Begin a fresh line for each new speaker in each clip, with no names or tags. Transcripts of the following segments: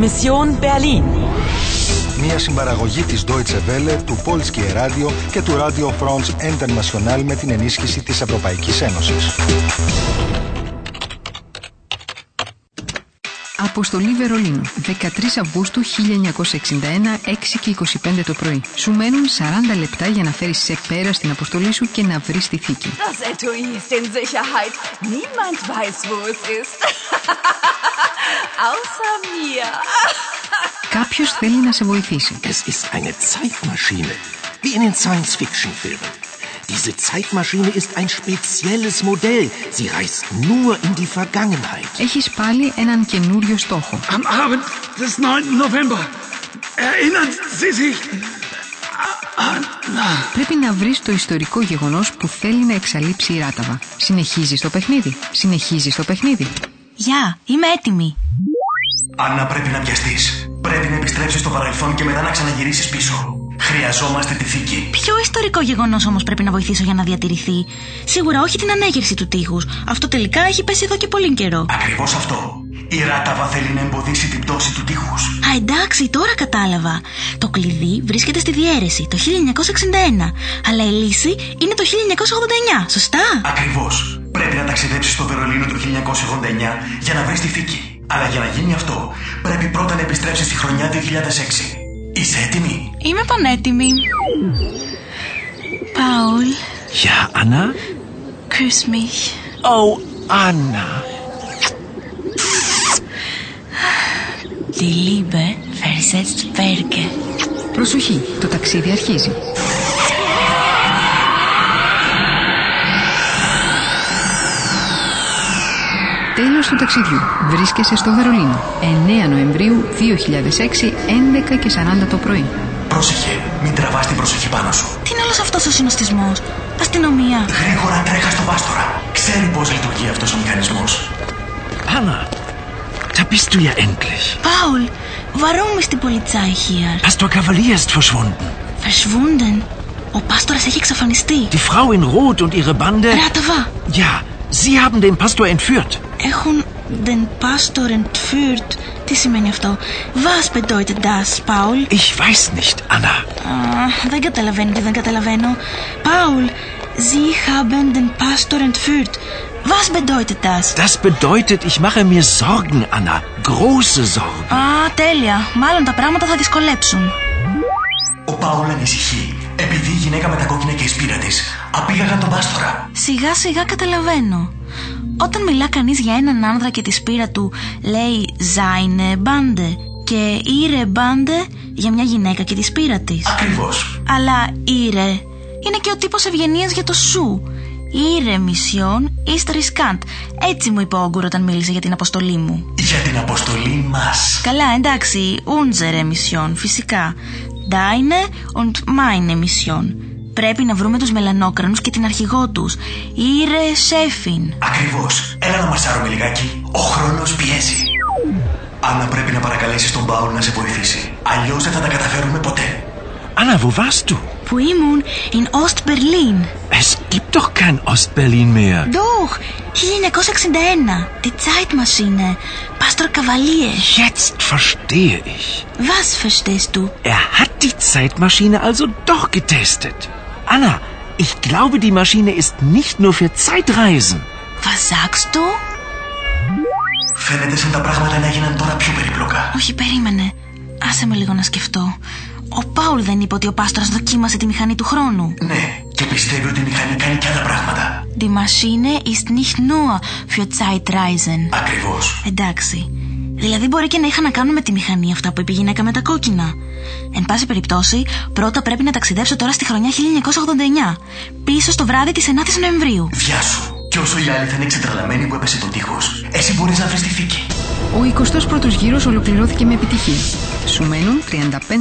Mission Berlin.
Μια συμπαραγωγή της Deutsche Welle, του Polskie Radio και του Radio France International με την ενίσχυση της Ευρωπαϊκής Ένωσης.
Αποστολή Βερολίνου, 13 Αυγούστου 1961, 6 και 25 το πρωί. Σου μένουν 40 λεπτά για να φέρεις σε πέρα στην αποστολή σου και να βρεις τη θήκη.
Das Etui ist in Sicherheit. Niemand weiß, wo es ist. Außer mir.
Κάποιο θέλει να σε βοηθήσει.
Es ist eine Zeitmaschine, wie in den Science-Fiction-Filmen. Diese Zeitmaschine ist ein spezielles Modell. Sie reist nur in die Vergangenheit.
Έχει πάλι έναν καινούριο στόχο.
Am Abend des 9. November. Erinnern Sie sich an...
Πρέπει να βρεις το ιστορικό γεγονός που θέλει να εξαλείψει η Ράταβα. Συνεχίζει το παιχνίδι. Συνεχίζει το παιχνίδι.
Γεια, είμαι έτοιμη.
Άννα, πρέπει να πιαστεί. Πρέπει να επιστρέψεις στο παρελθόν και μετά να ξαναγυρίσεις πίσω. Χρειαζόμαστε τη θήκη.
Ποιο ιστορικό γεγονός όμως πρέπει να βοηθήσω για να διατηρηθεί. Σίγουρα όχι την ανέγερση του τείχους. Αυτό τελικά έχει πέσει εδώ και πολύ καιρό.
Ακριβώς αυτό. Η Ράταβα θέλει να εμποδίσει την πτώση του τείχους.
Α, εντάξει, τώρα κατάλαβα. Το κλειδί βρίσκεται στη διαίρεση το 1961. Αλλά η λύση είναι το 1989, σωστά.
Ακριβώς. Πρέπει να ταξιδέψεις στο Βερολίνο του 1989 για να βρεις τη θήκη. Αλλά για να γίνει αυτό, πρέπει πρώτα να επιστρέψεις στη χρονιά 2006. Είσαι έτοιμη.
Είμαι πανέτοιμη. Paul,
Ja, Anna?
küss mich.
Oh, Anna.
Die Liebe versetzt Werke.
Προσοχή, το ταξίδι αρχίζει. Τέλος του ταξιδιού. Βρίσκεσαι στο Βερολίνο. 9 Νοεμβρίου 2006, 11 και 40 το πρωί.
Πρόσεχε, μην τραβάς την προσοχή πάνω σου.
Τι είναι όλος αυτός ο συνοστισμό. Αστυνομία.
Γρήγορα τρέχα στον πάστορα. Ξέρει πώς λειτουργεί αυτός ο μηχανισμός.
Anna, da bist du ja endlich.
Paul, warum ist die Polizei hier?
Pastor Cavalier ist verschwunden.
Verschwunden. Ο Πάστορας έχει εξαφανιστεί.
Die Frau in Rot und ihre Bande.
Ράταβα,
Ja, sie haben den Pastor entführt.
έχουν den Pastor entführt. Τι σημαίνει αυτό. Was bedeutet das, Paul?
Ich weiß nicht, Anna.
Α, δεν καταλαβαίνω και δεν καταλαβαίνω. Paul, sie haben den Pastor entführt. Was bedeutet das?
Das bedeutet, ich mache mir Sorgen, Anna. Große Sorgen.
Α, τέλεια. Μάλλον τα πράγματα θα δυσκολέψουν.
Ο Πάουλ ανησυχεί επειδή η γυναίκα με τα κόκκινα και η σπήρα της απήγαγαν τον πάστορα.
Σιγά σιγά καταλαβαίνω. Όταν μιλά κανείς για έναν άνδρα και τη σπήρα του, λέει «Seine Bande» και «Ihre Bande» για μια γυναίκα και τη σπήρα της.
Ακριβώς.
Αλλά «Ihre» είναι και ο τύπος ευγενίας για το «σου». «Ihre Mission ist riskant». Έτσι μου είπε ο Όγκουρ όταν μίλησε για την αποστολή μου.
Για την αποστολή μας.
Καλά, εντάξει, «Unsere Mission», φυσικά. «Deine» und «Meine Mission». Πρέπει να βρούμε τους μελανόκρανους και την αρχηγό τους. «Ihre Chefin».
Ακριβώς. Έλα να μαρσάρουμε λιγάκι. Ο χρόνος πιέζει. Άννα πρέπει να παρακαλέσεις τον Πάουλ να σε βοηθήσει. Αλλιώς δεν θα τα καταφέρουμε ποτέ.
Anna, wo warst du?
που ήμουν in Ost-Berlin.
Es gibt doch kein Ostberlin mehr.
Doch, 1961, die Zeitmaschine, Pastor Cavalier.
Jetzt verstehe ich.
Was verstehst du?
Er hat die Zeitmaschine also doch getestet. Anna, ich glaube, die Maschine ist nicht nur für Zeitreisen.
Was sagst du?
Φαίνεται σαν τα πράγματα να έγιναν τώρα πιο περίπλοκα.
Όχι, περίμενε. Άσε με λίγο να σκεφτώ. Ο Πάουλ δεν είπε ότι ο Πάστορας δοκίμασε τη μηχανή του χρόνου.
Ναι, και πιστεύει ότι η μηχανή κάνει και άλλα πράγματα.
Die Maschine ist nicht nur für Zeitreisen.
Ακριβώς.
Εντάξει. Δηλαδή μπορεί και να είχαν να κάνουν με τη μηχανή αυτά που είπε η γυναίκα με τα κόκκινα. Εν πάση περιπτώσει, πρώτα πρέπει να ταξιδέψω τώρα στη χρονιά 1989, πίσω στο βράδυ της 9ης Νοεμβρίου.
Διάσου. Και όσο οι άλλοι θα είναι εξετραλαμένοι που έπεσε το τείχος, εσύ μπορείς να βρεις τη θήκη.
Ο 21ος γύρος ολοκληρώθηκε με επιτυχία. Σου μένουν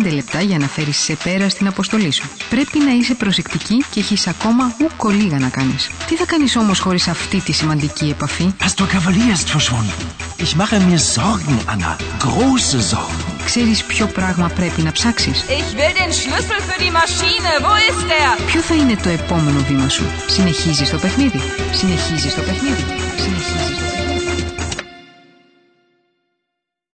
35 λεπτά για να φέρεις σε πέρα στην αποστολή σου. Πρέπει να είσαι προσεκτική και έχεις ακόμα ούκο λίγα να κάνεις. Τι θα κάνεις όμως χωρίς αυτή τη σημαντική επαφή?
Pastor Cavalier ist verschwunden. Ich mache mir Sorgen, Anna. Große Sorgen.
Ξέρεις ποιο πράγμα πρέπει να ψάξεις?
Ich will den Schlüssel für die Maschine. Wo ist er?
Ποιο θα είναι το επόμενο βήμα σου? Συνεχίζεις το παιχνίδι. Συνεχίζεις το παιχνίδι. Συνεχίζεις το παιχνίδι.